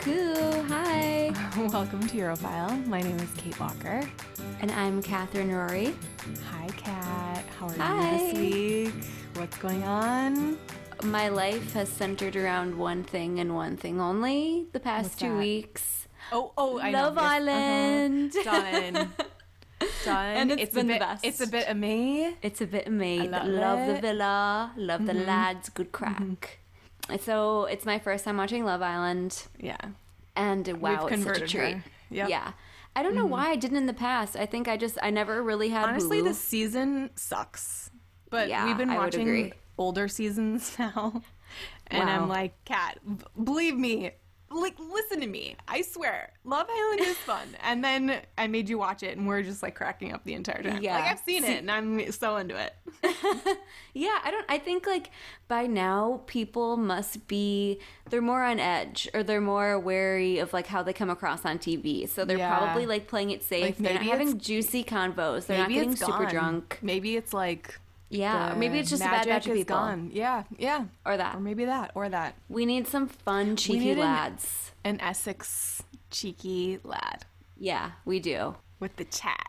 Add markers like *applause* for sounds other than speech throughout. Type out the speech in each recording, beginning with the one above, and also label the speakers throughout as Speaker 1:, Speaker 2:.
Speaker 1: Cool. Hi.
Speaker 2: *laughs* Welcome to Eurofile. My name is Kate Walker.
Speaker 1: And I'm Catherine Rory.
Speaker 2: Hi, Kat. How are
Speaker 1: Hi.
Speaker 2: you this week? What's going on?
Speaker 1: My life has centered around one thing and one thing only the past
Speaker 2: What's
Speaker 1: two
Speaker 2: that?
Speaker 1: weeks.
Speaker 2: Oh, oh, I
Speaker 1: Love
Speaker 2: know. Yes.
Speaker 1: *laughs* Island.
Speaker 2: Uh-huh. Done. *laughs* Done.
Speaker 1: And it's
Speaker 2: a
Speaker 1: been the
Speaker 2: bit,
Speaker 1: best.
Speaker 2: It's a bit of me.
Speaker 1: It's a bit of me.
Speaker 2: I
Speaker 1: Th- Love,
Speaker 2: love
Speaker 1: the
Speaker 2: it. Mm-hmm.
Speaker 1: villa. Love the lads. Good crack. So it's my first time watching Love Island,
Speaker 2: Yeah.
Speaker 1: and wow, it's such a
Speaker 2: converted
Speaker 1: treat.
Speaker 2: her. Yep. Mm-hmm.
Speaker 1: Yeah. I don't know why I didn't in the past. I think I just I never really had
Speaker 2: Honestly,
Speaker 1: Hulu.
Speaker 2: this season sucks. But
Speaker 1: Yeah,
Speaker 2: we've been
Speaker 1: I would
Speaker 2: watching
Speaker 1: agree.
Speaker 2: older seasons *laughs* now. And
Speaker 1: Wow.
Speaker 2: I'm like, Kat, b- believe me. Like, listen to me. I swear. Love Island is
Speaker 1: *laughs*
Speaker 2: fun. and then I made you watch it, and we're just like cracking up the entire time.
Speaker 1: Yeah.
Speaker 2: Like, I've seen it, and I'm so into it.
Speaker 1: Yeah, I don't I think like by now people must be they're more on edge or they're more wary of like how they come across on TV. So they're
Speaker 2: Yeah.
Speaker 1: probably like playing it safe.
Speaker 2: Like,
Speaker 1: they're not
Speaker 2: maybe
Speaker 1: having
Speaker 2: it's-
Speaker 1: juicy convos. They're not
Speaker 2: Maybe
Speaker 1: getting
Speaker 2: it's
Speaker 1: super
Speaker 2: gone.
Speaker 1: drunk.
Speaker 2: Maybe it's like.
Speaker 1: Yeah, or
Speaker 2: the
Speaker 1: maybe it's just a
Speaker 2: magic
Speaker 1: bad batch of
Speaker 2: is
Speaker 1: people.
Speaker 2: Gone. Yeah, yeah.
Speaker 1: Or that.
Speaker 2: Or maybe that. Or that.
Speaker 1: We need some fun cheeky
Speaker 2: need an-
Speaker 1: lads.
Speaker 2: An Essex cheeky lad
Speaker 1: Yeah, we do.
Speaker 2: with the chat.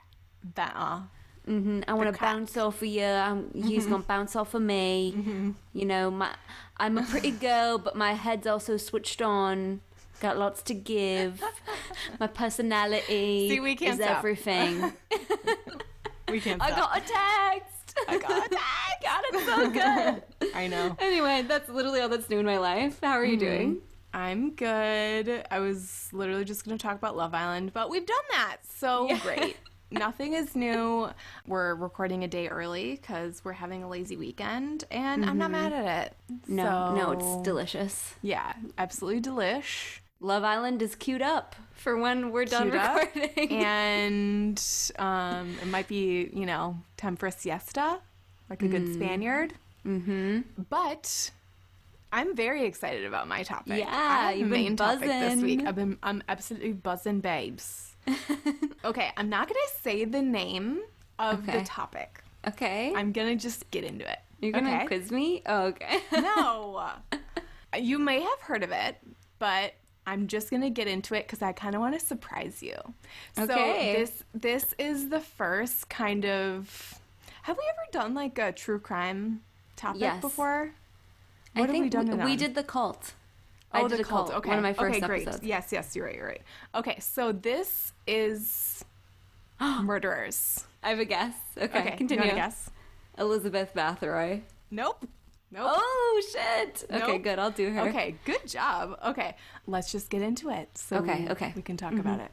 Speaker 2: That uh,
Speaker 1: Mm, I want to bounce off of you. I'm, He's gonna bounce off of me. You know, my I'm a pretty girl, but my head's also switched on. Got lots to give. My personality
Speaker 2: See, we can't
Speaker 1: is
Speaker 2: stop.
Speaker 1: everything.
Speaker 2: We can't.
Speaker 1: *laughs* I
Speaker 2: stop.
Speaker 1: got a text. *laughs*
Speaker 2: I got a
Speaker 1: text. God, it's so good.
Speaker 2: I know.
Speaker 1: anyway, that's literally all that's new in my life. How are you doing?
Speaker 2: I'm good. I was literally just going to talk about Love Island, but we've done that. So
Speaker 1: Yeah.
Speaker 2: great. Nothing is new. We're recording a day early because we're having a lazy weekend, and I'm not mad at it.
Speaker 1: Mm-hmm. No, no,
Speaker 2: So,
Speaker 1: it's delicious.
Speaker 2: yeah, absolutely delish.
Speaker 1: Love Island is queued up for when we're done
Speaker 2: Queued up.
Speaker 1: recording.
Speaker 2: and um, it might be, you know, time for a siesta, like a
Speaker 1: Mm.
Speaker 2: good Spaniard. Mm-hmm. But I'm very excited about my topic.
Speaker 1: Yeah,
Speaker 2: I have
Speaker 1: you've
Speaker 2: a
Speaker 1: been
Speaker 2: main topic this week.
Speaker 1: buzzing.
Speaker 2: I've been, I'm absolutely buzzing,
Speaker 1: *laughs*
Speaker 2: babes. okay, I'm not gonna say the name of
Speaker 1: Okay.
Speaker 2: the topic.
Speaker 1: *laughs* okay.
Speaker 2: I'm gonna just get into it.
Speaker 1: You're gonna
Speaker 2: okay?
Speaker 1: quiz me? Oh, okay. *laughs*
Speaker 2: no. You may have heard of it, but I'm just going to get into it cuz I kind of want to surprise you. So
Speaker 1: Okay.
Speaker 2: this this is the first kind of Have we ever done like a true crime topic
Speaker 1: Yes.
Speaker 2: before?
Speaker 1: I
Speaker 2: What have
Speaker 1: think
Speaker 2: we done to them?
Speaker 1: did the cult.
Speaker 2: Oh,
Speaker 1: I did
Speaker 2: the
Speaker 1: a cult.
Speaker 2: cult. Okay.
Speaker 1: One of my first
Speaker 2: okay, great.
Speaker 1: episodes.
Speaker 2: Yes, yes, you're right, you're right. Okay, so this
Speaker 1: *gasps*
Speaker 2: is murderers.
Speaker 1: I have a guess. Okay,
Speaker 2: Okay,
Speaker 1: continue.
Speaker 2: You wanna guess?
Speaker 1: Elizabeth Bathory.
Speaker 2: Nope. Nope.
Speaker 1: Oh shit. Okay,
Speaker 2: Nope.
Speaker 1: good. I'll do her.
Speaker 2: Okay, good job. Okay, let's just get into it. So
Speaker 1: Okay,
Speaker 2: we,
Speaker 1: okay. Mm-hmm.
Speaker 2: we can talk about it.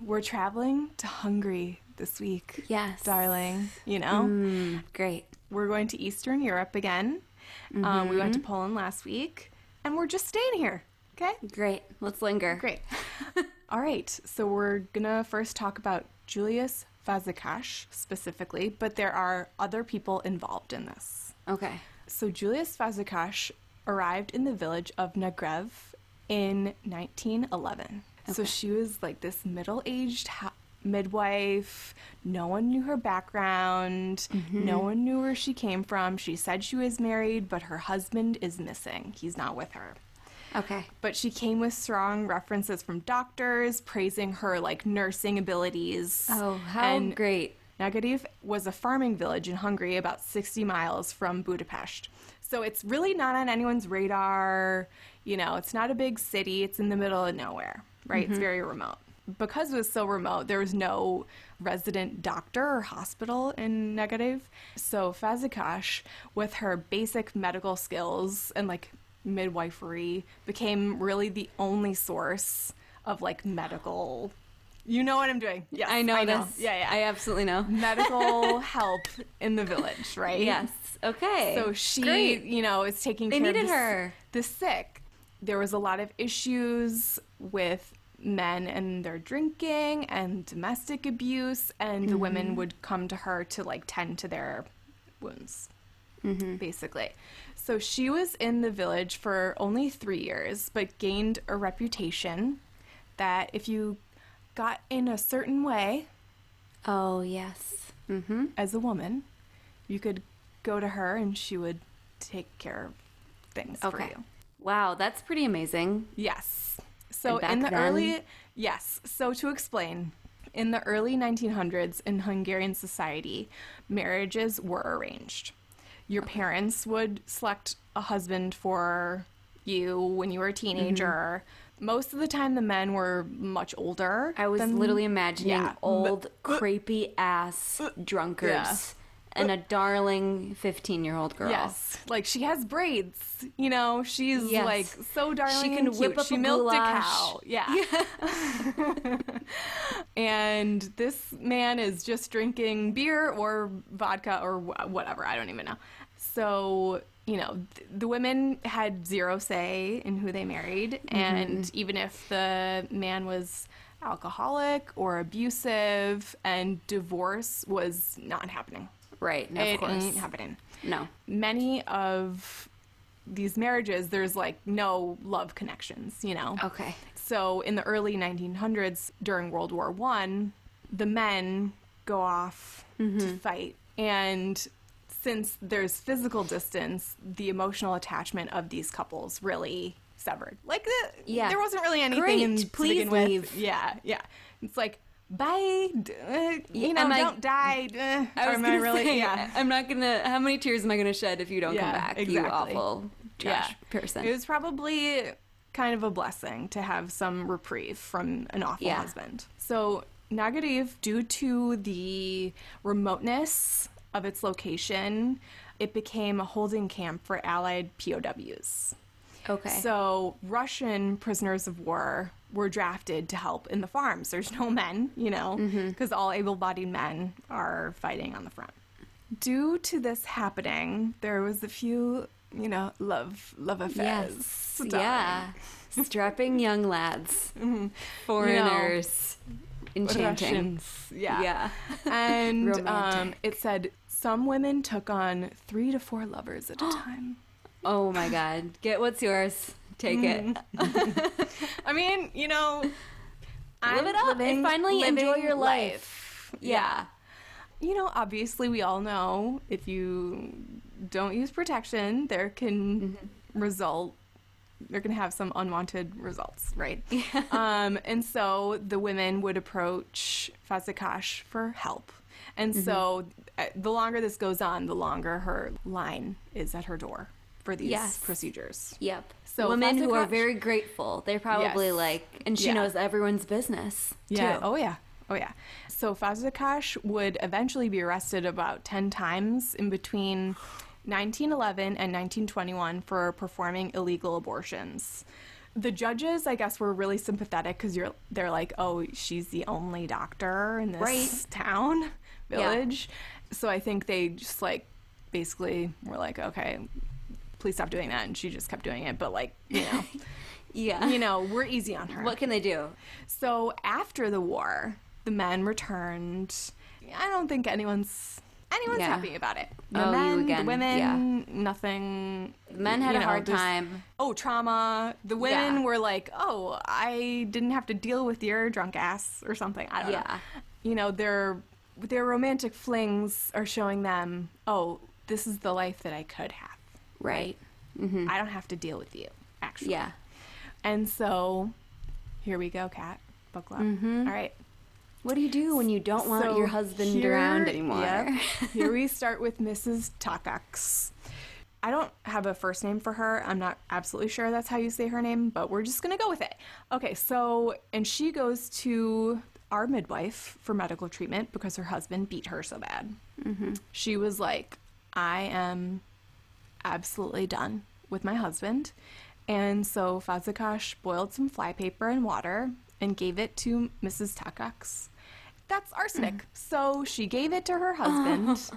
Speaker 2: We're traveling to Hungary this week.
Speaker 1: Yes.
Speaker 2: darling. You know,
Speaker 1: Mm, great.
Speaker 2: we're going to Eastern Europe again. Um, we
Speaker 1: Mm-hmm.
Speaker 2: went to Poland last week, and we're just staying here. Okay,
Speaker 1: Great. Let's linger.
Speaker 2: great. *laughs* All right, so we're gonna first talk about Julius Vazikash specifically, but there are other people involved in this.
Speaker 1: Okay.
Speaker 2: So Julius Vazikash arrived in the village of Nagrev in 1911. So she was like this middle-aged ha- midwife. No one knew her background.
Speaker 1: Mm-hmm.
Speaker 2: No one knew where she came from. She said she was married, but her husband is missing. He's not with her.
Speaker 1: Okay.
Speaker 2: But she came with strong references from doctors praising her like nursing abilities.
Speaker 1: Oh, how
Speaker 2: and
Speaker 1: great.
Speaker 2: Negative was a farming village in Hungary about 60 miles from Budapest. So it's really not on anyone's radar. You know, it's not a big city, it's in the middle of nowhere, right?
Speaker 1: Mm-hmm.
Speaker 2: It's very remote. Because it was so remote, there was no resident doctor or hospital in Negative. So Fazikash, with her basic medical skills and like midwifery, became really the only source of like medical. You know what I'm doing. Yes,
Speaker 1: I know this.
Speaker 2: Yeah, yeah
Speaker 1: I absolutely know.
Speaker 2: medical help in the village, right?
Speaker 1: Yes. Okay.
Speaker 2: So she,
Speaker 1: Great.
Speaker 2: you know, is taking
Speaker 1: They
Speaker 2: care
Speaker 1: needed
Speaker 2: of the, s-
Speaker 1: her.
Speaker 2: the sick. There was a lot of issues with men and their drinking and domestic abuse, and the
Speaker 1: Mm-hmm.
Speaker 2: women would come to her to like tend to their wounds,
Speaker 1: Mm-hmm.
Speaker 2: basically. So she was in the village for only three years, but gained a reputation that if you got in a certain way,
Speaker 1: Oh yes. Mm-hmm.
Speaker 2: as a woman, you could go to her and she would take care of things for
Speaker 1: Okay.
Speaker 2: you.
Speaker 1: Wow, that's pretty amazing.
Speaker 2: Yes. So
Speaker 1: And back
Speaker 2: in the
Speaker 1: then-
Speaker 2: early yes, so to explain, in the early 1900s in Hungarian society, marriages were arranged. Your parents would select a husband for you when you were a
Speaker 1: Mm-hmm.
Speaker 2: teenager. Most of the time the men were much older.
Speaker 1: I was
Speaker 2: than-
Speaker 1: literally imagining
Speaker 2: yeah. Uh,
Speaker 1: old, creepy ass drunkards and a darling 15 year old girl.
Speaker 2: Yes, like she has braids. You know, she's
Speaker 1: Yes.
Speaker 2: like so darling.
Speaker 1: She
Speaker 2: and
Speaker 1: can whip
Speaker 2: cute.
Speaker 1: up
Speaker 2: She
Speaker 1: a
Speaker 2: milked a
Speaker 1: goulash.
Speaker 2: cow.
Speaker 1: *laughs*
Speaker 2: Yeah. and this man is just drinking beer or vodka or wh- whatever. I don't even know. So you know, th- the women had zero say in who they married,
Speaker 1: Mm-hmm,
Speaker 2: and even if the man was alcoholic or abusive, and divorce was not happening.
Speaker 1: Right. No,
Speaker 2: it
Speaker 1: of course.
Speaker 2: ain't happening
Speaker 1: No.
Speaker 2: many of these marriages there's like no love connections you know
Speaker 1: Okay.
Speaker 2: so in the early 1900s during world war one the men go off
Speaker 1: Mm-hmm.
Speaker 2: to fight and since there's physical distance the emotional attachment of these couples really severed like the,
Speaker 1: Yeah.
Speaker 2: there wasn't really anything
Speaker 1: Great,
Speaker 2: in, to
Speaker 1: please
Speaker 2: begin with.
Speaker 1: leave.
Speaker 2: yeah yeah it's like bye d- uh, you know
Speaker 1: am I-
Speaker 2: don't die uh,
Speaker 1: I
Speaker 2: or
Speaker 1: was
Speaker 2: am
Speaker 1: gonna
Speaker 2: really
Speaker 1: say,
Speaker 2: yeah
Speaker 1: I'm not gonna. How many tears am I gonna shed if you don't
Speaker 2: Yeah,
Speaker 1: come back? You
Speaker 2: exactly.
Speaker 1: awful trash person.
Speaker 2: It was probably kind of a blessing to have some reprieve from an awful
Speaker 1: Yeah.
Speaker 2: husband. So Nagadev, due to the remoteness of its location, it became a holding camp for Allied POWs.
Speaker 1: okay.
Speaker 2: So Russian prisoners of war were drafted to help in the farms. There's no men, you know,
Speaker 1: Mm-hmm.
Speaker 2: because all able bodied men are fighting on the front. Due to this happening, there was a few, you know, love love affairs.
Speaker 1: yes.
Speaker 2: darling.
Speaker 1: Yeah. Strapping young lads, foreigners, enchanting.
Speaker 2: Russians. Yeah.
Speaker 1: Yeah.
Speaker 2: And um,
Speaker 1: *laughs* Romantic.
Speaker 2: it said some women took on three to four lovers
Speaker 1: *gasps*
Speaker 2: at a time.
Speaker 1: Oh my God. Get what's yours. Take it.
Speaker 2: I mean, you know, I'm
Speaker 1: it up and
Speaker 2: living-
Speaker 1: finally enjoy
Speaker 2: living
Speaker 1: your
Speaker 2: life.
Speaker 1: Yeah.
Speaker 2: you know, obviously, we all know if you don't use protection, there can result, there can have some unwanted results, right? Um, and so the women would approach Fazakash for help. And so uh, the longer this goes on, the longer her line is at her door for these
Speaker 1: Yes.
Speaker 2: procedures.
Speaker 1: Yep.
Speaker 2: So
Speaker 1: So women who are
Speaker 2: Fasikach-
Speaker 1: very grateful. They're probably
Speaker 2: Yes.
Speaker 1: like, and she
Speaker 2: Yeah.
Speaker 1: knows everyone's business.
Speaker 2: Yeah.
Speaker 1: Too.
Speaker 2: Oh yeah. Oh yeah. So Fazlakash would eventually be arrested about ten times in between 1911 and 1921 for performing illegal abortions. The judges, I guess, were really sympathetic because you're they're like, oh, she's the only doctor in this
Speaker 1: Right.
Speaker 2: town village. So I think they just like basically were like, okay, please stop doing that, and she just kept doing it. But like, you know,
Speaker 1: *laughs* Yeah.
Speaker 2: you know, we're easy on her.
Speaker 1: What can they do?
Speaker 2: So after the war, the men returned. I don't think anyone's anyone's
Speaker 1: Yeah.
Speaker 2: happy about it. The
Speaker 1: Oh, you
Speaker 2: men,
Speaker 1: again.
Speaker 2: the women, nothing.
Speaker 1: The men had
Speaker 2: you
Speaker 1: a
Speaker 2: know,
Speaker 1: hard
Speaker 2: there's-
Speaker 1: time.
Speaker 2: Oh, trauma. The women
Speaker 1: Yeah.
Speaker 2: were like, "Oh, I didn't have to deal with your drunk ass or something." I don't know.
Speaker 1: Yeah.
Speaker 2: You know, their their romantic flings are showing them, "Oh, this is the life that I could have.
Speaker 1: Right.
Speaker 2: I don't have to deal with you." Actually,
Speaker 1: Mm-hmm. Yeah.
Speaker 2: And so, here we go, Kat. Book club. All right.
Speaker 1: What do you do when you Mm-hmm. don't want
Speaker 2: So
Speaker 1: your husband
Speaker 2: here-
Speaker 1: around anymore?
Speaker 2: yep,
Speaker 1: *laughs*
Speaker 2: here we start with Mrs. Takax. I don't have a first name for her. I'm not absolutely sure that's how you say her name, but we're just going to go with it. Okay, so, and she goes to our midwife for medical treatment because her husband beat her so bad.
Speaker 1: Mm-hmm.
Speaker 2: She was like, I am absolutely done with my husband. And so Fazakash boiled some flypaper in water and gave it to Mrs. Takax. That's arsenic. So she gave it to her husband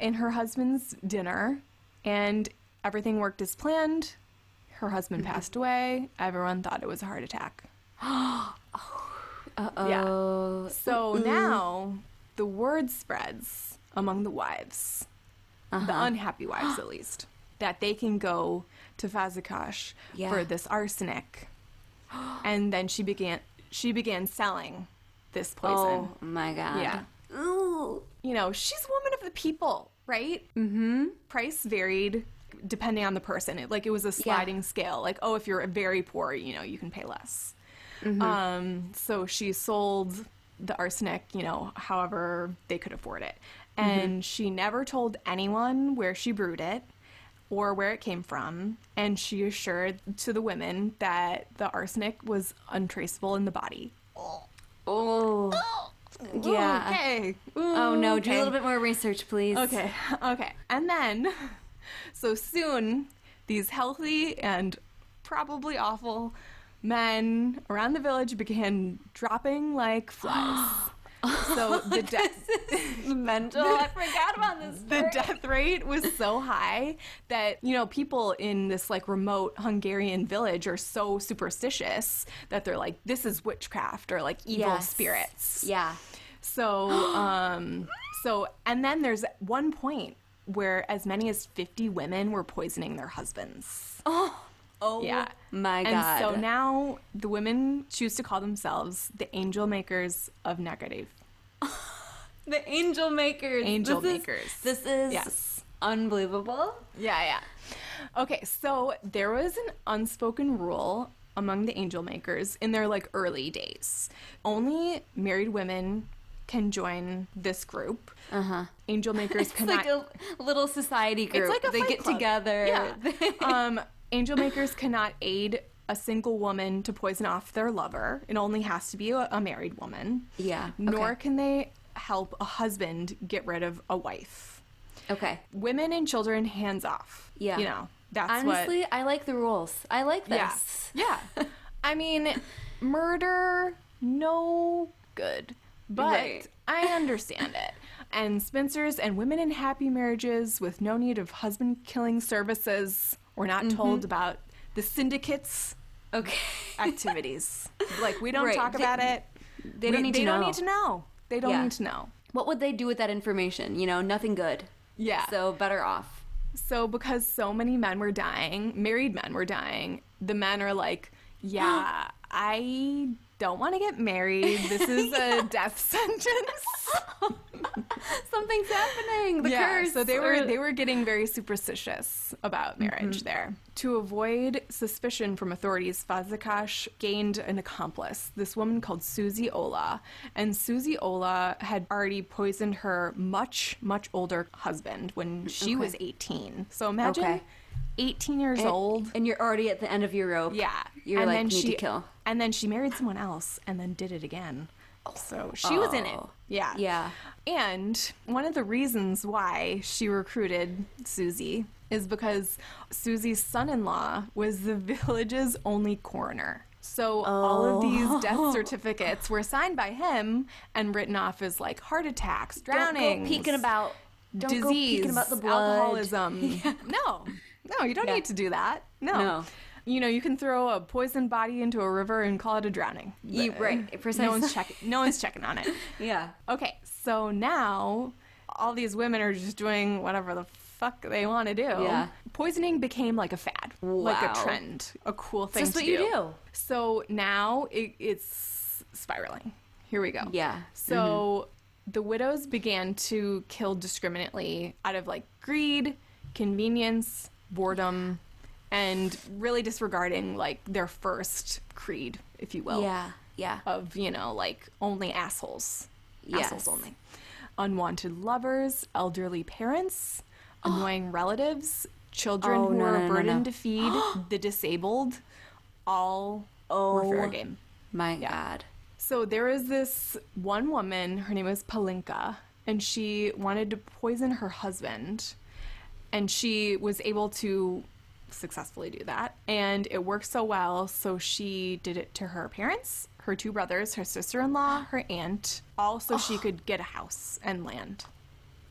Speaker 2: in her husband's dinner, and everything worked as planned. Her husband passed away. Everyone thought it was a heart attack.
Speaker 1: Uh
Speaker 2: Yeah.
Speaker 1: oh.
Speaker 2: So now the word spreads among the wives,
Speaker 1: Uh-huh.
Speaker 2: the unhappy wives at least, that they can go to Fazakash
Speaker 1: Yeah.
Speaker 2: for this
Speaker 1: *gasps*
Speaker 2: arsenic. and then she began she began selling this poison.
Speaker 1: Oh my god.
Speaker 2: Yeah.
Speaker 1: Ooh.
Speaker 2: You know, she's a woman of the people, right? Mm-hmm. Price varied depending on the person. It, like it was a sliding scale. Like, oh, if you're very poor, you know, you can pay less.
Speaker 1: Mm-hmm.
Speaker 2: Um, so she sold the arsenic, you know, however they could afford it.
Speaker 1: Mm-hmm.
Speaker 2: And she never told anyone where she brewed it or where it came from. And she assured to the women that the arsenic was untraceable in the body.
Speaker 1: Oh. Yeah.
Speaker 2: Okay.
Speaker 1: Oh no, do a
Speaker 2: Okay.
Speaker 1: little bit more research, please.
Speaker 2: Okay, *laughs* okay. And then, *laughs* so soon, these healthy and probably awful men around the village began dropping like flies. so the death.
Speaker 1: Mental. *laughs* I forgot about this.
Speaker 2: The death rate was so high that, you know, people in this like remote Hungarian village are so superstitious that they're like, this is witchcraft or like evil
Speaker 1: Yes.
Speaker 2: spirits.
Speaker 1: Yeah.
Speaker 2: So, um, so, and then there's one point where as many as 50 women were poisoning their husbands.
Speaker 1: Oh
Speaker 2: Yeah.
Speaker 1: my god.
Speaker 2: And so now the women choose to call themselves the angel makers of Negative.
Speaker 1: the angel makers.
Speaker 2: Angel
Speaker 1: This is-
Speaker 2: makers.
Speaker 1: this is
Speaker 2: Yes.
Speaker 1: unbelievable.
Speaker 2: Yeah, yeah. Okay, so there was an unspoken rule among the angel makers in their like early days. Only married women can join this group. Uh-huh. Angel makers
Speaker 1: *laughs* It's
Speaker 2: cannot
Speaker 1: like a little society group.
Speaker 2: It's like a
Speaker 1: they
Speaker 2: fight
Speaker 1: get
Speaker 2: club.
Speaker 1: together.
Speaker 2: Yeah.
Speaker 1: *laughs* They-
Speaker 2: um, angel makers cannot aid a single woman to poison off their lover. It only has to be a, a married woman.
Speaker 1: Yeah,
Speaker 2: Nor
Speaker 1: okay.
Speaker 2: can they help a husband get rid of a wife.
Speaker 1: okay.
Speaker 2: Women and children, hands off.
Speaker 1: Yeah.
Speaker 2: You know, that's what.
Speaker 1: Honestly, I like the rules. I like this.
Speaker 2: Yeah.
Speaker 1: *laughs*
Speaker 2: Yeah. I mean, murder, no good. But
Speaker 1: Right.
Speaker 2: I understand it. And Spencer's and women in happy marriages with no need of husband killing services were not
Speaker 1: Mm-hmm.
Speaker 2: told about the syndicates
Speaker 1: Okay.
Speaker 2: activities. like we don't
Speaker 1: Right.
Speaker 2: talk
Speaker 1: They-
Speaker 2: about it.
Speaker 1: They don't
Speaker 2: We-
Speaker 1: need
Speaker 2: they
Speaker 1: to
Speaker 2: don't
Speaker 1: know.
Speaker 2: need to know. They don't
Speaker 1: Yeah.
Speaker 2: need to know.
Speaker 1: What would they do with that information? You know, nothing good.
Speaker 2: Yeah.
Speaker 1: So better off.
Speaker 2: So, because so many men were dying, married men were dying, the men are like, yeah, I don't want to get married. This is a death sentence.
Speaker 1: *laughs* Something's happening. The
Speaker 2: yeah,
Speaker 1: curse.
Speaker 2: so they were
Speaker 1: or- Mm-hmm.
Speaker 2: they were getting very superstitious about marriage there. To avoid suspicion from authorities, Fazakash gained an accomplice, this woman called Susie Ola, and Susie Ola had already poisoned her much much older husband when she was 18. So imagine
Speaker 1: Okay.
Speaker 2: 18 years
Speaker 1: And-
Speaker 2: old
Speaker 1: and you're already at the end of your rope.
Speaker 2: Yeah.
Speaker 1: You're like, need to kill.
Speaker 2: And then she married someone else and then did it again. So she was in it.
Speaker 1: Oh.
Speaker 2: Yeah.
Speaker 1: Yeah.
Speaker 2: And one of the reasons why she recruited Susie is because Susie's son in law was the *laughs* village's only coroner. So all of these
Speaker 1: Oh.
Speaker 2: death certificates were signed by him and written off as like heart attacks, drowning,
Speaker 1: Don't go peeking about. Don't
Speaker 2: disease,
Speaker 1: go peeking about the blood.
Speaker 2: *laughs* alcoholism. No, no, you don't
Speaker 1: Yeah.
Speaker 2: need to do that. No.
Speaker 1: No.
Speaker 2: You know, you can throw a poisoned body into a river and call it a drowning.
Speaker 1: You-
Speaker 2: But
Speaker 1: right,
Speaker 2: No
Speaker 1: precisely.
Speaker 2: one's checking. No one's checking on *laughs* it.
Speaker 1: Yeah.
Speaker 2: Okay, so now all these women are just doing whatever the fuck they want to do.
Speaker 1: Yeah.
Speaker 2: Poisoning became like a fad, like a
Speaker 1: Wow.
Speaker 2: trend, a cool thing.
Speaker 1: just
Speaker 2: to
Speaker 1: what you do.
Speaker 2: So now it, it's spiraling. Here we go.
Speaker 1: Yeah. Mm-hmm.
Speaker 2: So the widows began to kill discriminately out of like greed, convenience, boredom, and really disregarding like their first creed, if you will
Speaker 1: Yeah. Yeah.
Speaker 2: of you know like only assholes assholes
Speaker 1: Yes.
Speaker 2: only unwanted lovers elderly
Speaker 1: *gasps*
Speaker 2: parents annoying relatives children
Speaker 1: Oh,
Speaker 2: who
Speaker 1: no,
Speaker 2: are
Speaker 1: no,
Speaker 2: a
Speaker 1: no,
Speaker 2: burden
Speaker 1: no.
Speaker 2: to
Speaker 1: *gasps*
Speaker 2: feed the disabled all were fair
Speaker 1: Oh.
Speaker 2: game
Speaker 1: My God.
Speaker 2: so there was this one woman her name was palinka and she wanted to poison her husband and she was able to successfully do that and it worked so well so she did it to her parents her two brothers her sister-in-law her aunt all so she could get a house and land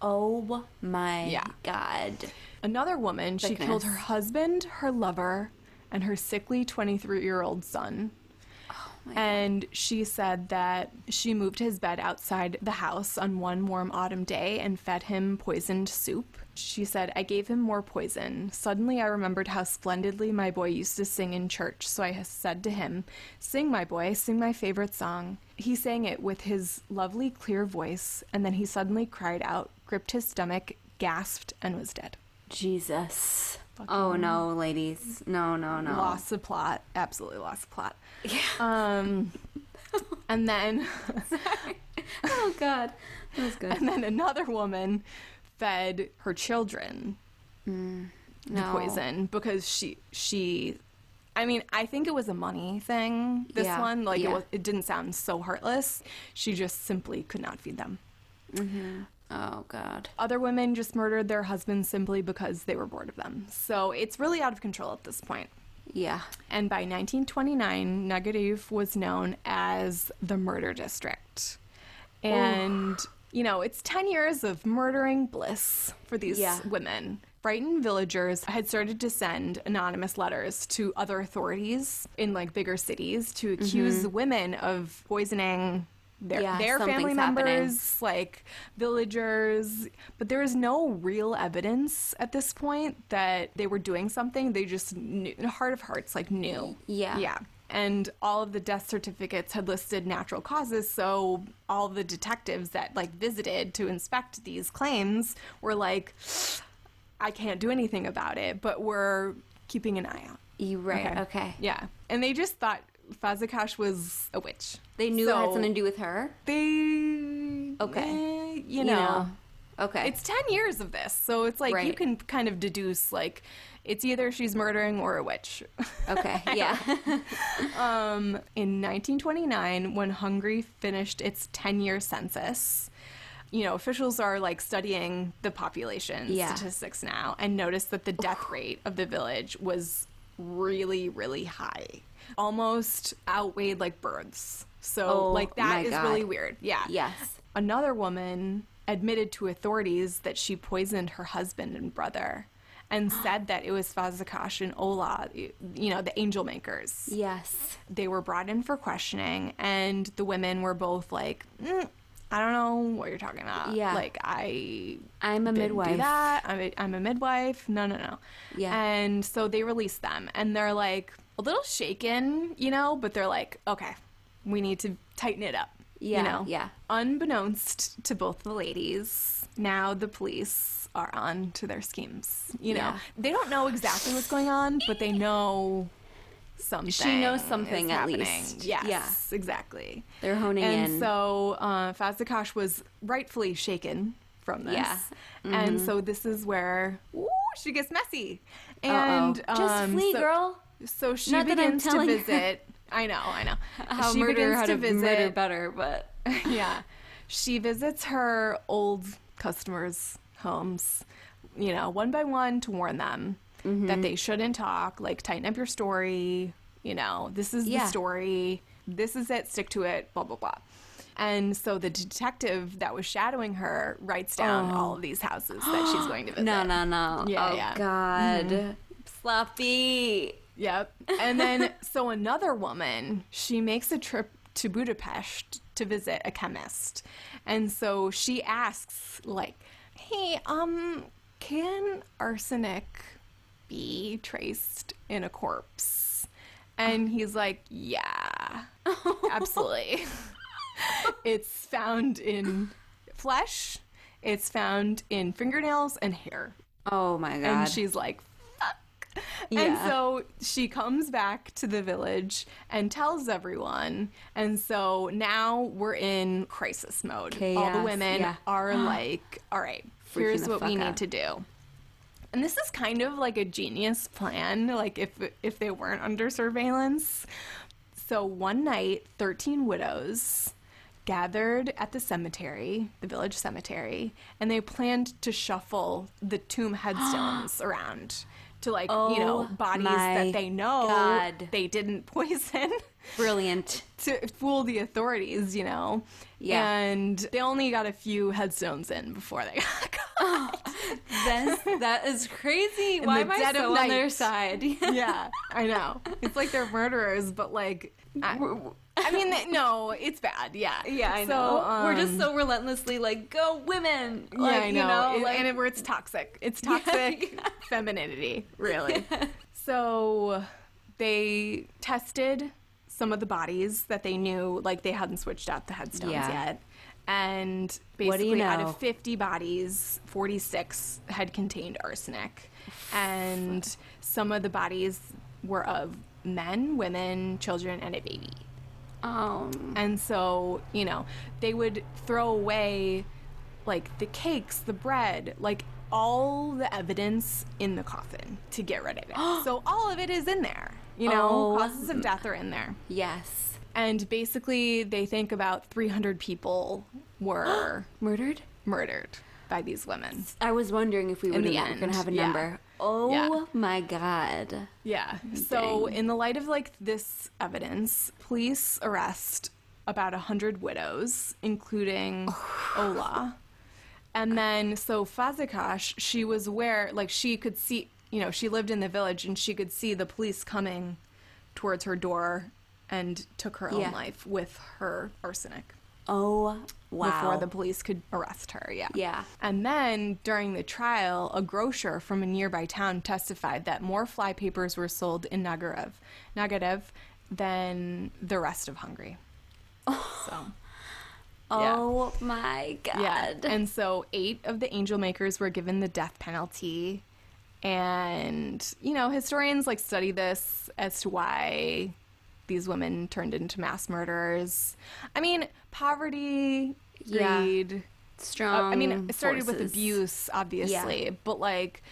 Speaker 1: Oh my
Speaker 2: Yeah.
Speaker 1: God.
Speaker 2: another woman she killed
Speaker 1: Goodness.
Speaker 2: her husband her lover and her sickly 23-year-old son and she said that she moved his bed outside the house on one warm autumn day and fed him poisoned soup. She said, I gave him more poison. Suddenly, I remembered how splendidly my boy used to sing in church, so I said to him, Sing, my boy, sing my favorite song. He sang it with his lovely, clear voice, and then he suddenly cried out, gripped his stomach, gasped, and was dead.
Speaker 1: Jesus.
Speaker 2: Fucking
Speaker 1: Oh no, ladies. No, no, no.
Speaker 2: Lost the plot. Absolutely lost the plot.
Speaker 1: *laughs*
Speaker 2: Um, and then *laughs*
Speaker 1: Oh god. That was good.
Speaker 2: and then another woman fed her children *laughs* the
Speaker 1: No.
Speaker 2: poison because she she I mean, I think it was a money thing. This
Speaker 1: Yeah,
Speaker 2: one, like
Speaker 1: yeah.
Speaker 2: it, was, it didn't sound so heartless. She just simply could not feed them.
Speaker 1: Oh god.
Speaker 2: Other women just murdered their husbands simply because they were bored of them. So it's really out of control at this point.
Speaker 1: Yeah.
Speaker 2: And by 1929, Negative was known as the Murder District. And, you know, it's 10 years of murdering bliss for these
Speaker 1: Yeah.
Speaker 2: women. Brighton villagers had started to send anonymous letters to other authorities in like bigger cities to accuse the women of poisoning their,
Speaker 1: Mm-hmm. Yeah,
Speaker 2: their family
Speaker 1: something's happening.
Speaker 2: members, like villagers. But there is no real evidence at this point that they were doing something. They just knew, in the heart of hearts, like knew.
Speaker 1: Yeah.
Speaker 2: Yeah. And all of the death certificates had listed natural causes, so all the detectives that like visited to inspect these claims were like, I can't do anything about it, but we're keeping an eye out.
Speaker 1: You right. Okay.
Speaker 2: Yeah. And they just thought Fazakash was a witch.
Speaker 1: They knew it had
Speaker 2: So-
Speaker 1: something to do with her.
Speaker 2: They
Speaker 1: Okay.
Speaker 2: eh, you know.
Speaker 1: Okay.
Speaker 2: It's 10 years of this, so it's like you
Speaker 1: Right.
Speaker 2: can kind of deduce like it's either she's murdering or a witch. *laughs*
Speaker 1: okay. Yeah.
Speaker 2: Um, in 1929, when Hungary finished its 10 year census, you know, officials are like studying the population
Speaker 1: Yeah.
Speaker 2: statistics now and noticed that the
Speaker 1: *sighs*
Speaker 2: death rate of the village was really, really high, almost outweighed like births. So,
Speaker 1: Oh,
Speaker 2: like,
Speaker 1: my
Speaker 2: that is really
Speaker 1: God.
Speaker 2: weird. Yeah.
Speaker 1: yes.
Speaker 2: Another woman admitted to authorities that she poisoned her husband and brother and said that it was Fazakash and Ola, you know, the angel makers
Speaker 1: Yes.
Speaker 2: they were brought in for questioning and the women were both like mm, i don't know what you're talking about
Speaker 1: Yeah.
Speaker 2: like i
Speaker 1: I'm a
Speaker 2: didn't do
Speaker 1: midwife.
Speaker 2: that I'm a, I'm a midwife no no no
Speaker 1: Yeah.
Speaker 2: and so they released them and they're like a little shaken you know but they're like okay we need to tighten it up
Speaker 1: Yeah,
Speaker 2: you know
Speaker 1: yeah.
Speaker 2: unbeknownst to both the ladies now the police are on to their schemes you know
Speaker 1: Yeah.
Speaker 2: they don't know exactly what's going on but they know something.
Speaker 1: knows
Speaker 2: is
Speaker 1: something at
Speaker 2: happening.
Speaker 1: least.
Speaker 2: Yes,
Speaker 1: Yeah.
Speaker 2: exactly.
Speaker 1: They're honing
Speaker 2: and
Speaker 1: in.
Speaker 2: so uh, Fazakash was rightfully shaken from this.
Speaker 1: Yeah. Mm-hmm.
Speaker 2: And so this is where ooh, she gets messy. And
Speaker 1: Uh-oh. just
Speaker 2: um,
Speaker 1: flee,
Speaker 2: so,
Speaker 1: girl.
Speaker 2: So she
Speaker 1: Not that I'm
Speaker 2: begins to
Speaker 1: telling her.
Speaker 2: visit. I know, I know.
Speaker 1: *laughs* How
Speaker 2: she
Speaker 1: murder?
Speaker 2: begins
Speaker 1: How
Speaker 2: to
Speaker 1: to murder
Speaker 2: visit. *laughs*
Speaker 1: better? But *laughs*
Speaker 2: yeah, she visits her old customers' homes. You know, one by one to warn them
Speaker 1: Mm-hmm.
Speaker 2: that they shouldn't talk. Like, tighten up your story. You know, this is
Speaker 1: Yeah.
Speaker 2: the story. This is it. Stick to it. Blah blah blah. And so the detective that was shadowing her writes down all of these houses that she's going to visit.
Speaker 1: Oh. *gasps* no, no, no.
Speaker 2: Yeah,
Speaker 1: oh
Speaker 2: yeah. Mm-hmm.
Speaker 1: god. Sloppy.
Speaker 2: Yep. And then, so another woman, she makes a trip to Budapest to visit a chemist. And so she asks, like, hey, um, can arsenic be traced in a corpse? And he's like, yeah, absolutely. it's found in flesh, it's found in fingernails and hair.
Speaker 1: Oh my god.
Speaker 2: And she's like, fuck. And
Speaker 1: Yeah.
Speaker 2: so she comes back to the village and tells everyone. And so now we're in crisis mode. All the
Speaker 1: Chaos,
Speaker 2: women
Speaker 1: yeah. *gasps*
Speaker 2: are like, all right,
Speaker 1: Freaking
Speaker 2: here's
Speaker 1: the
Speaker 2: what we
Speaker 1: fuck
Speaker 2: need
Speaker 1: out.
Speaker 2: to do. And this is kind of like a genius plan, like if if they weren't under surveillance. So one night, 13 widows gathered at the cemetery, the village cemetery, and they planned to shuffle the tomb
Speaker 1: *gasps*
Speaker 2: headstones around to like, you know,
Speaker 1: Oh
Speaker 2: bodies
Speaker 1: my
Speaker 2: that they know
Speaker 1: God.
Speaker 2: they didn't *laughs* poison
Speaker 1: brilliant.
Speaker 2: to fool the authorities, you know.
Speaker 1: Yeah.
Speaker 2: And they only got a few headstones in before they got caught.
Speaker 1: That's, that is crazy.
Speaker 2: In
Speaker 1: Why
Speaker 2: the
Speaker 1: am I
Speaker 2: dead of
Speaker 1: so on their
Speaker 2: night.
Speaker 1: side? *laughs*
Speaker 2: yeah, I know. It's like they're murderers, but like, I, I mean, th- no, it's bad. Yeah,
Speaker 1: *laughs* Yeah, I
Speaker 2: So,
Speaker 1: know. We're just
Speaker 2: um,
Speaker 1: so relentlessly like, go women.
Speaker 2: Yeah,
Speaker 1: Like,
Speaker 2: I
Speaker 1: you
Speaker 2: know. It-
Speaker 1: like-
Speaker 2: and it, where it's toxic.
Speaker 1: *laughs*
Speaker 2: It's toxic femininity, really. So they tested some of the bodies that they knew, like they hadn't switched out the headstones
Speaker 1: Yeah.
Speaker 2: yet. And
Speaker 1: What do
Speaker 2: basically,
Speaker 1: you
Speaker 2: out
Speaker 1: know?
Speaker 2: of 50 bodies, 46 had contained arsenic. And some of the bodies were of men, women, children, and a baby.
Speaker 1: Um,
Speaker 2: And so, you know, they would throw away like the cakes, the bread, like all the evidence in the coffin to get rid of it. so all of it is in there. You know,
Speaker 1: Oh.
Speaker 2: causes of death are in there.
Speaker 1: yes.
Speaker 2: And basically, they think about 300 people were *gasps*
Speaker 1: Murdered?
Speaker 2: murdered by these women.
Speaker 1: I was wondering if we were
Speaker 2: the
Speaker 1: gonna
Speaker 2: end,
Speaker 1: gonna have a
Speaker 2: yeah.
Speaker 1: number. Oh
Speaker 2: Yeah.
Speaker 1: my god.
Speaker 2: Yeah. So,
Speaker 1: Dang.
Speaker 2: in the light of like this evidence, police arrest about 100 widows, including
Speaker 1: *sighs*
Speaker 2: Ola. And then, so Fazakash, she was where, like, she could see, you know, she lived in the village and she could see the police coming towards her door and took her
Speaker 1: Yeah.
Speaker 2: own life with her arsenic
Speaker 1: Oh wow.
Speaker 2: before the police could arrest her. Yeah.
Speaker 1: Yeah.
Speaker 2: And then during the trial, a grocer from a nearby town testified that more fly papers were sold in Nagarev, Nagarev than the rest of Hungary. So,
Speaker 1: *laughs*
Speaker 2: Yeah.
Speaker 1: Oh my god.
Speaker 2: yeah. And so eight of the angel makers were given the death penalty. And, you know, historians like study this as to why these women turned into mass murderers. I mean, poverty,
Speaker 1: Yeah.
Speaker 2: greed. Uh,
Speaker 1: Strong.
Speaker 2: I mean, it started with
Speaker 1: Um, forces.
Speaker 2: abuse, obviously, but like,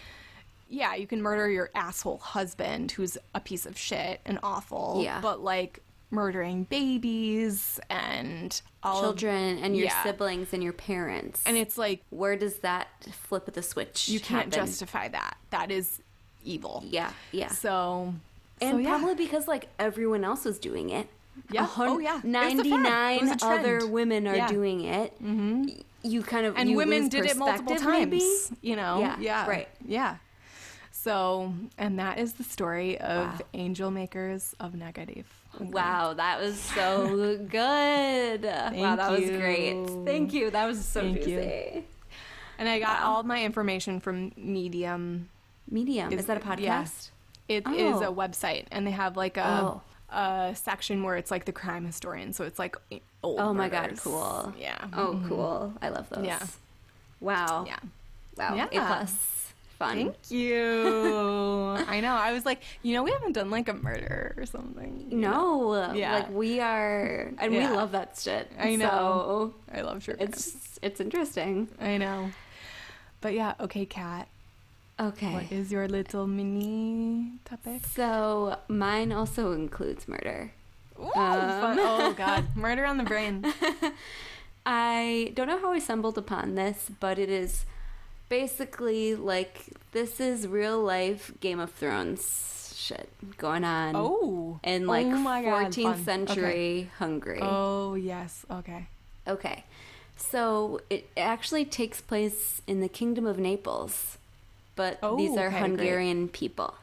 Speaker 2: yeah, you can murder your asshole husband who's a piece of shit and awful.
Speaker 1: Yeah.
Speaker 2: But like, murdering babies and all of-
Speaker 1: Children and your
Speaker 2: Yeah.
Speaker 1: siblings and your parents.
Speaker 2: and it's like
Speaker 1: where does that flip of the switch?
Speaker 2: you can't
Speaker 1: happen?
Speaker 2: justify that. That is evil.
Speaker 1: Yeah, yeah.
Speaker 2: So.
Speaker 1: and
Speaker 2: so, yeah.
Speaker 1: probably because like everyone else was doing it.
Speaker 2: Yeah.
Speaker 1: A hun-
Speaker 2: Oh, yeah. It was a fad. It was a
Speaker 1: 99 other
Speaker 2: trend.
Speaker 1: women are
Speaker 2: Yeah.
Speaker 1: doing it. Mm-hmm. You kind of
Speaker 2: and
Speaker 1: you
Speaker 2: women
Speaker 1: lose
Speaker 2: did it multiple
Speaker 1: perspective,
Speaker 2: times.
Speaker 1: maybe?
Speaker 2: You know,
Speaker 1: Yeah,
Speaker 2: yeah,
Speaker 1: right.
Speaker 2: yeah. So, and that is the story of
Speaker 1: Wow.
Speaker 2: angel makers of negative.
Speaker 1: Wow, that was
Speaker 2: *laughs*
Speaker 1: so good. wow, that was great.
Speaker 2: you.
Speaker 1: Thank you. That was so
Speaker 2: Thank you.
Speaker 1: juicy.
Speaker 2: And I got all my information from Medium.
Speaker 1: Medium. Is,
Speaker 2: Is-
Speaker 1: that a podcast?
Speaker 2: yeah. It is
Speaker 1: Oh.
Speaker 2: a website, and they have like a, a section where it's like the crime historian. So it's like old.
Speaker 1: Oh my god,
Speaker 2: murders.
Speaker 1: cool.
Speaker 2: Yeah.
Speaker 1: Oh, cool. I love those.
Speaker 2: Mm-hmm. Yeah.
Speaker 1: Wow.
Speaker 2: Yeah.
Speaker 1: Wow. A
Speaker 2: Yeah.
Speaker 1: plus. Fun.
Speaker 2: Thank you.
Speaker 1: *laughs*
Speaker 2: I know. I was like, you know, we haven't done like a murder or something. you know?
Speaker 1: No.
Speaker 2: Yeah.
Speaker 1: Like we are and
Speaker 2: Yeah.
Speaker 1: we love that shit.
Speaker 2: I know.
Speaker 1: So
Speaker 2: I love true crime.
Speaker 1: it's it's interesting.
Speaker 2: I know. But yeah, okay, Kat.
Speaker 1: Okay.
Speaker 2: What is your little mini topic?
Speaker 1: so mine also includes murder.
Speaker 2: Ooh,
Speaker 1: Um.
Speaker 2: fun. Oh God, murder on the
Speaker 1: *laughs*
Speaker 2: brain.
Speaker 1: I don't know how I stumbled upon this, but it is basically like this is real life Game of Thrones shit going on
Speaker 2: Oh,
Speaker 1: in like
Speaker 2: Oh my God,
Speaker 1: 14th
Speaker 2: fun. Okay.
Speaker 1: century Hungary.
Speaker 2: Oh yes. Okay.
Speaker 1: Okay. So it actually takes place in the Kingdom of Naples, but
Speaker 2: Oh,
Speaker 1: these are
Speaker 2: okay, great.
Speaker 1: Hungarian people.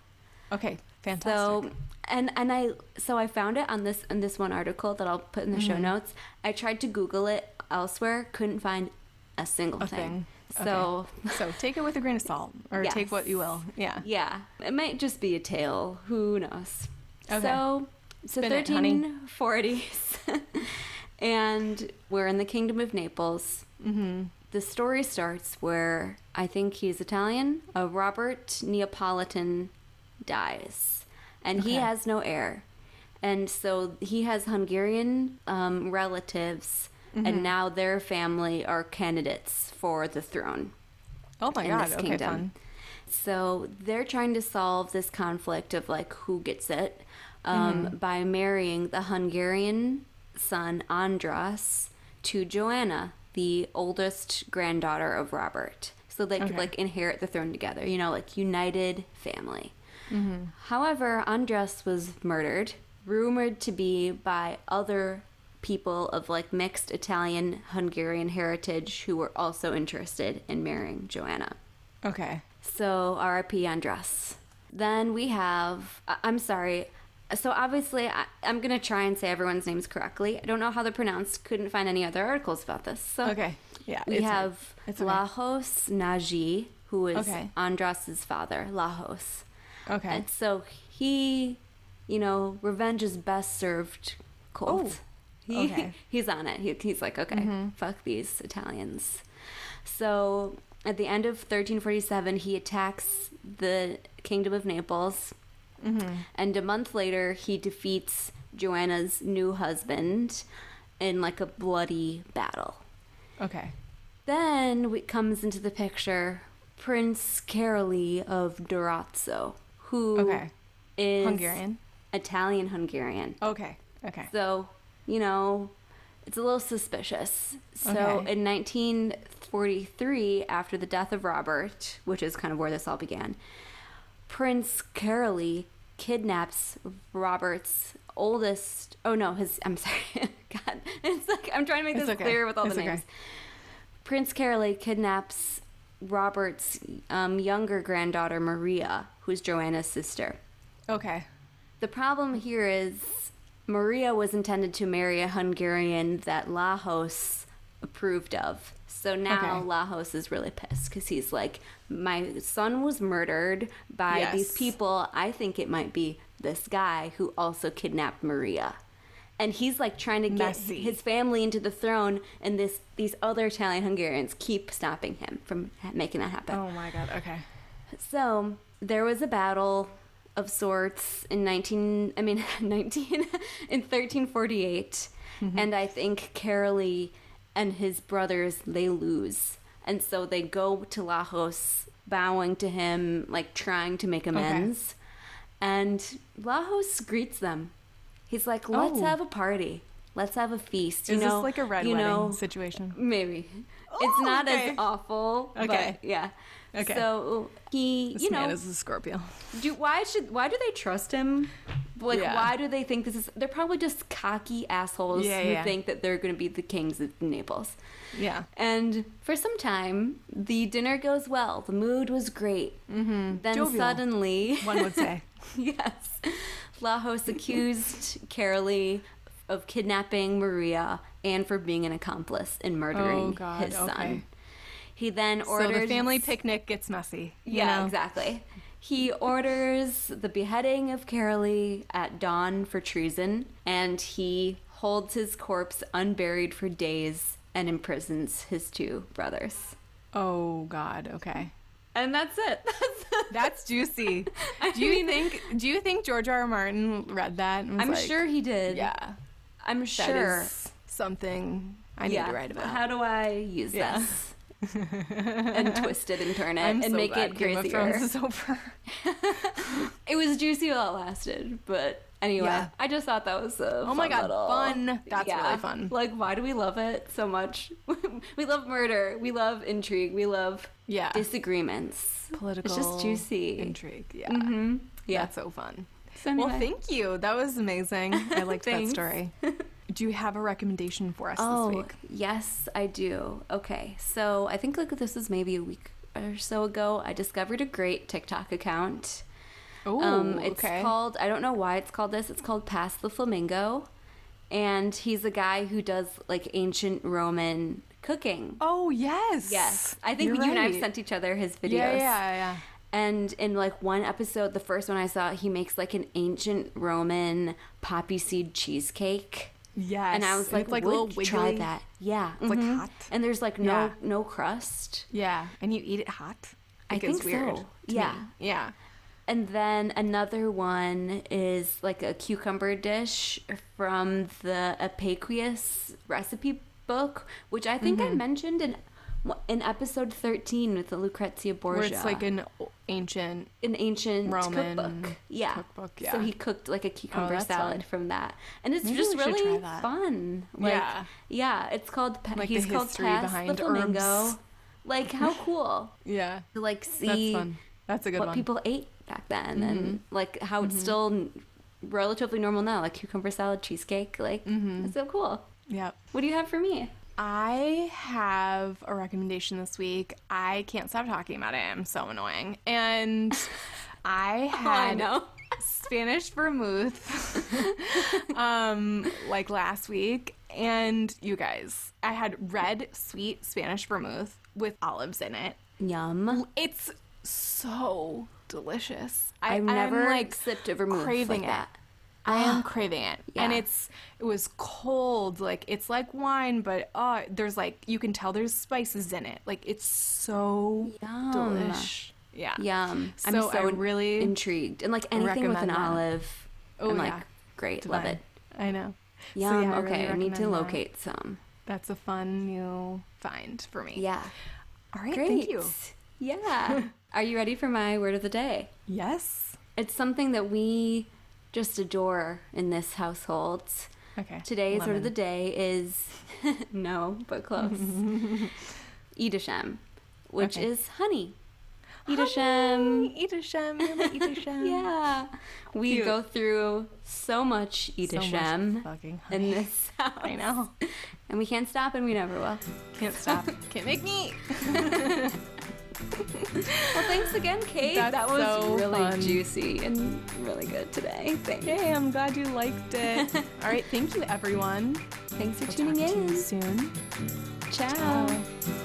Speaker 2: Okay.
Speaker 1: So
Speaker 2: Fantastic.
Speaker 1: and and I so I found it on this in this one article that I'll put in the
Speaker 2: Mm-hmm.
Speaker 1: show notes. I tried to Google it elsewhere, couldn't find a single
Speaker 2: A
Speaker 1: thing.
Speaker 2: thing.
Speaker 1: So
Speaker 2: So, take it with a grain of salt, or
Speaker 1: Yes.
Speaker 2: take what you will. Yeah.
Speaker 1: yeah, it might just be a tale. Who knows?
Speaker 2: Okay.
Speaker 1: So so
Speaker 2: Spin it, honey.
Speaker 1: thirteen forties, *laughs* and we're in the Kingdom of Naples. Mm-hmm. The story starts where I think he's Italian. Uh, Robert Neapolitan dies, and he
Speaker 2: Okay.
Speaker 1: has no heir, and so he has Hungarian um, relatives,
Speaker 2: Mm-hmm.
Speaker 1: and now their family are candidates for the throne
Speaker 2: Oh my
Speaker 1: in
Speaker 2: God.
Speaker 1: this
Speaker 2: Okay.
Speaker 1: kingdom.
Speaker 2: Fun.
Speaker 1: So they're trying to solve this conflict of like who gets it um, by marrying the Hungarian son Andras to Joanna, the oldest granddaughter of Robert. So they could
Speaker 2: Okay.
Speaker 1: like inherit the throne together, you know, like united family. However, Andras was murdered, rumored to be by other people of like mixed Italian Hungarian heritage who were also interested in marrying Joanna.
Speaker 2: Okay.
Speaker 1: So R.I.P. Andras. Then we have. I- I'm sorry. So obviously, I, I'm gonna try and say everyone's names correctly. I don't know how they're pronounced. Couldn't find any other articles about this. So
Speaker 2: Okay. Yeah.
Speaker 1: Uh, we
Speaker 2: it's fine.
Speaker 1: have
Speaker 2: It's okay.
Speaker 1: Lajos Naji, who is
Speaker 2: Okay.
Speaker 1: Andras's father. Lajos.
Speaker 2: Okay.
Speaker 1: And so he, you know, revenge is best served cold.
Speaker 2: Oh.
Speaker 1: He
Speaker 2: Okay.
Speaker 1: *laughs*
Speaker 2: Mm-hmm.
Speaker 1: he's on it. He, he's like, okay, fuck these Italians. So at the end of 1347, he attacks the kingdom of Naples,
Speaker 2: Mm-hmm.
Speaker 1: and a month later, he defeats Joanna's new husband in like a bloody battle.
Speaker 2: Okay.
Speaker 1: Then we, comes into the picture Prince Karoly of Durazzo, who is
Speaker 2: Okay. Hungarian.
Speaker 1: Italian Hungarian.
Speaker 2: Okay. Okay.
Speaker 1: So, you know, it's a little suspicious. So,
Speaker 2: Okay.
Speaker 1: in 1943, after the death of Robert, which is kind of where this all began, Prince Carolee kidnaps Robert's oldest. Oh no, his. I'm *laughs* sorry. God, it's like I'm trying to make
Speaker 2: It's
Speaker 1: this
Speaker 2: okay.
Speaker 1: clear with all
Speaker 2: It's
Speaker 1: the
Speaker 2: okay.
Speaker 1: names. Prince Carolee kidnaps Robert's um, younger granddaughter Maria, who's Joanna's sister.
Speaker 2: Okay.
Speaker 1: The problem here is Maria was intended to marry a Hungarian that Lajos approved of. So now
Speaker 2: Okay.
Speaker 1: Lajos is really pissed because he's like, my son was murdered by these
Speaker 2: Yes.
Speaker 1: people. I think it might be this guy who also kidnapped Maria. And he's like trying to get
Speaker 2: Messy.
Speaker 1: his family into the throne, and this these other Italian Hungarians keep stopping him from ha- making that happen.
Speaker 2: Oh my god. Okay.
Speaker 1: So there was a battle of sorts in 19 I mean *laughs* 19 in 1348
Speaker 2: Mm-hmm.
Speaker 1: and I think Carolee and his brothers they lose and so they go to Lajos bowing to him like trying to make amends and Lajos greets them. He's like let's
Speaker 2: Oh.
Speaker 1: have a party. Let's have a feast, you
Speaker 2: Is
Speaker 1: know.
Speaker 2: this like a red
Speaker 1: you
Speaker 2: wedding
Speaker 1: know,
Speaker 2: situation?
Speaker 1: Maybe.
Speaker 2: Oh,
Speaker 1: it's not
Speaker 2: okay.
Speaker 1: as awful.
Speaker 2: Okay.
Speaker 1: But yeah.
Speaker 2: Okay.
Speaker 1: So he,
Speaker 2: This
Speaker 1: you know,
Speaker 2: man is a Scorpio.
Speaker 1: do why should why do they trust him? Like
Speaker 2: Yeah.
Speaker 1: why do they think this is? They're probably just cocky assholes
Speaker 2: Yeah,
Speaker 1: who
Speaker 2: yeah.
Speaker 1: think that they're going to be the kings of Naples.
Speaker 2: Yeah.
Speaker 1: And for some time, the dinner goes well. The mood was great. Mm-hmm. Then
Speaker 2: Jovial.
Speaker 1: suddenly,
Speaker 2: One would
Speaker 1: *laughs*
Speaker 2: say.
Speaker 1: yes, Lajos accused Carolee of kidnapping Maria and for being an accomplice in murdering
Speaker 2: God,
Speaker 1: his son.
Speaker 2: okay.
Speaker 1: He then
Speaker 2: so
Speaker 1: ordered
Speaker 2: the family picnic gets messy. you
Speaker 1: yeah,
Speaker 2: know?
Speaker 1: exactly. He orders the beheading of Carolee at dawn for treason, and he holds his corpse unburied for days and imprisons his two brothers.
Speaker 2: Oh God. Okay.
Speaker 1: And that's it. *laughs*
Speaker 2: That's juicy. do you think? Do you think George R. R. Martin read that? And was
Speaker 1: I'm
Speaker 2: like,
Speaker 1: sure he did.
Speaker 2: Yeah.
Speaker 1: I'm
Speaker 2: That is
Speaker 1: sure.
Speaker 2: something I need
Speaker 1: yeah.
Speaker 2: to write about.
Speaker 1: How do I use
Speaker 2: Yeah.
Speaker 1: this?
Speaker 2: *laughs*
Speaker 1: and twist it and turn it
Speaker 2: I'm
Speaker 1: and
Speaker 2: so
Speaker 1: make
Speaker 2: glad
Speaker 1: it
Speaker 2: Game of Thrones
Speaker 1: crazier.
Speaker 2: is over.
Speaker 1: *laughs* It was juicy while it lasted, but anyway,
Speaker 2: Yeah.
Speaker 1: I just thought that was a
Speaker 2: Oh my
Speaker 1: fun
Speaker 2: God,
Speaker 1: little-
Speaker 2: fun. That's really fun.
Speaker 1: Like, why do we love it so much? *laughs* we love murder. We love intrigue. We love
Speaker 2: Yeah.
Speaker 1: disagreements.
Speaker 2: Political.
Speaker 1: It's just juicy.
Speaker 2: Intrigue. Yeah.
Speaker 1: hmm Yeah.
Speaker 2: That's so fun.
Speaker 1: So
Speaker 2: Well,
Speaker 1: anyway.
Speaker 2: thank you. That was
Speaker 1: *laughs*
Speaker 2: amazing. I liked that
Speaker 1: Thanks. *laughs*
Speaker 2: story. Do you have a recommendation for us
Speaker 1: Oh,
Speaker 2: this week?
Speaker 1: yes, I do. Okay, so I think like this was maybe a week or so ago. I discovered a great TikTok account.
Speaker 2: Oh,
Speaker 1: um, it's
Speaker 2: okay.
Speaker 1: called. I don't know why it's called this. It's called Pass the Flamingo, and he's a guy who does like ancient Roman cooking.
Speaker 2: oh, yes.
Speaker 1: Yes, I think you
Speaker 2: You're
Speaker 1: and I have
Speaker 2: right.
Speaker 1: sent each other his videos.
Speaker 2: Yeah, yeah,
Speaker 1: And in like one episode, the first one I saw, he makes like an ancient Roman poppy seed cheesecake.
Speaker 2: yeah. Yes.
Speaker 1: And I was like,
Speaker 2: it's
Speaker 1: like
Speaker 2: a little
Speaker 1: would try
Speaker 2: wiggly-
Speaker 1: that. Yeah.
Speaker 2: It's like
Speaker 1: mhm.
Speaker 2: hot.
Speaker 1: And there's like no
Speaker 2: Yeah.
Speaker 1: no crust.
Speaker 2: Yeah. And you eat it hot.
Speaker 1: I
Speaker 2: Like, it's
Speaker 1: think
Speaker 2: weird
Speaker 1: so.
Speaker 2: to me.
Speaker 1: Yeah.
Speaker 2: Yeah.
Speaker 1: And then another one is like a cucumber dish from the Epiqueus recipe book, which I think
Speaker 2: Mm-hmm.
Speaker 1: I mentioned in in episode 13 with the Lucrezia Borgia.
Speaker 2: Where it's like an o- ancient.
Speaker 1: an ancient
Speaker 2: Roman
Speaker 1: cookbook. Yeah.
Speaker 2: cookbook,
Speaker 1: So
Speaker 2: yeah. Oh,
Speaker 1: he cooked like a cucumber
Speaker 2: that's
Speaker 1: salad
Speaker 2: fun.
Speaker 1: from that. And it's
Speaker 2: Maybe
Speaker 1: just
Speaker 2: we should try
Speaker 1: really
Speaker 2: that.
Speaker 1: fun. Like,
Speaker 2: Yeah.
Speaker 1: yeah. it's called Pa-
Speaker 2: Like the
Speaker 1: he's called
Speaker 2: history
Speaker 1: Pass
Speaker 2: behind
Speaker 1: the Flamingo.
Speaker 2: herbs.
Speaker 1: Like
Speaker 2: *laughs*
Speaker 1: how cool
Speaker 2: Yeah.
Speaker 1: to like
Speaker 2: That's
Speaker 1: see
Speaker 2: fun. That's a good
Speaker 1: what
Speaker 2: one. Mm-hmm.
Speaker 1: people ate back then and like how it's still n- relatively normal now like cucumber salad cheesecake like
Speaker 2: Mm-hmm.
Speaker 1: it's so cool.
Speaker 2: Yep.
Speaker 1: What do you have for me?
Speaker 2: I have a recommendation this week. I can't stop talking about it. I'm so annoying. *laughs* And Oh, I had
Speaker 1: know.
Speaker 2: *laughs* Spanish vermouth *laughs* um like last week and you guys, I had red sweet Spanish vermouth with olives in it.
Speaker 1: Yum.
Speaker 2: It's so delicious. I,
Speaker 1: I've
Speaker 2: I'm,
Speaker 1: never
Speaker 2: like
Speaker 1: sipped a vermouth
Speaker 2: craving
Speaker 1: like that.
Speaker 2: it. I am craving it. And it's it was cold, like it's like wine, but uh there's like you can tell there's spices in it. Like it's so
Speaker 1: Yum.
Speaker 2: delish. Yeah.
Speaker 1: Yum. I'm
Speaker 2: So
Speaker 1: so,
Speaker 2: I really
Speaker 1: intrigued. And like anything with an
Speaker 2: recommend that.
Speaker 1: olive.
Speaker 2: Oh,
Speaker 1: I'm
Speaker 2: yeah.
Speaker 1: like, great, love
Speaker 2: Divine.
Speaker 1: it.
Speaker 2: I know. So,
Speaker 1: Yum.
Speaker 2: yeah, I
Speaker 1: okay,
Speaker 2: really
Speaker 1: I need to
Speaker 2: recommend that.
Speaker 1: locate some.
Speaker 2: That's a fun new find for me.
Speaker 1: Yeah.
Speaker 2: All right.
Speaker 1: Great.
Speaker 2: Thank you. *laughs*
Speaker 1: Yeah. Are you ready for my word of the day?
Speaker 2: Yes.
Speaker 1: It's something that we just adore in this household.
Speaker 2: Okay.
Speaker 1: Today's word
Speaker 2: Lemon.
Speaker 1: of the day is *laughs* no,
Speaker 2: *laughs*
Speaker 1: but close. Edisham, which
Speaker 2: Okay.
Speaker 1: is honey.
Speaker 2: *laughs*
Speaker 1: Edisham.
Speaker 2: Honey, Edisham. You're my Edisham.
Speaker 1: *laughs* Yeah. We
Speaker 2: Cute.
Speaker 1: go through so much
Speaker 2: So much
Speaker 1: Edisham
Speaker 2: fucking
Speaker 1: in
Speaker 2: honey.
Speaker 1: this *laughs* house.
Speaker 2: I know.
Speaker 1: And we can't stop and we never will.
Speaker 2: Can't *laughs* stop. Can't make me.
Speaker 1: Well, thanks again, Kate.
Speaker 2: That's
Speaker 1: that was
Speaker 2: so
Speaker 1: really
Speaker 2: fun.
Speaker 1: juicy and really good today. Thanks.
Speaker 2: Yay, I'm glad you liked it. *laughs* All right, thank you everyone
Speaker 1: Thanks for
Speaker 2: We'll
Speaker 1: tuning
Speaker 2: talk to you
Speaker 1: in.
Speaker 2: soon.
Speaker 1: Ciao.
Speaker 2: Ciao.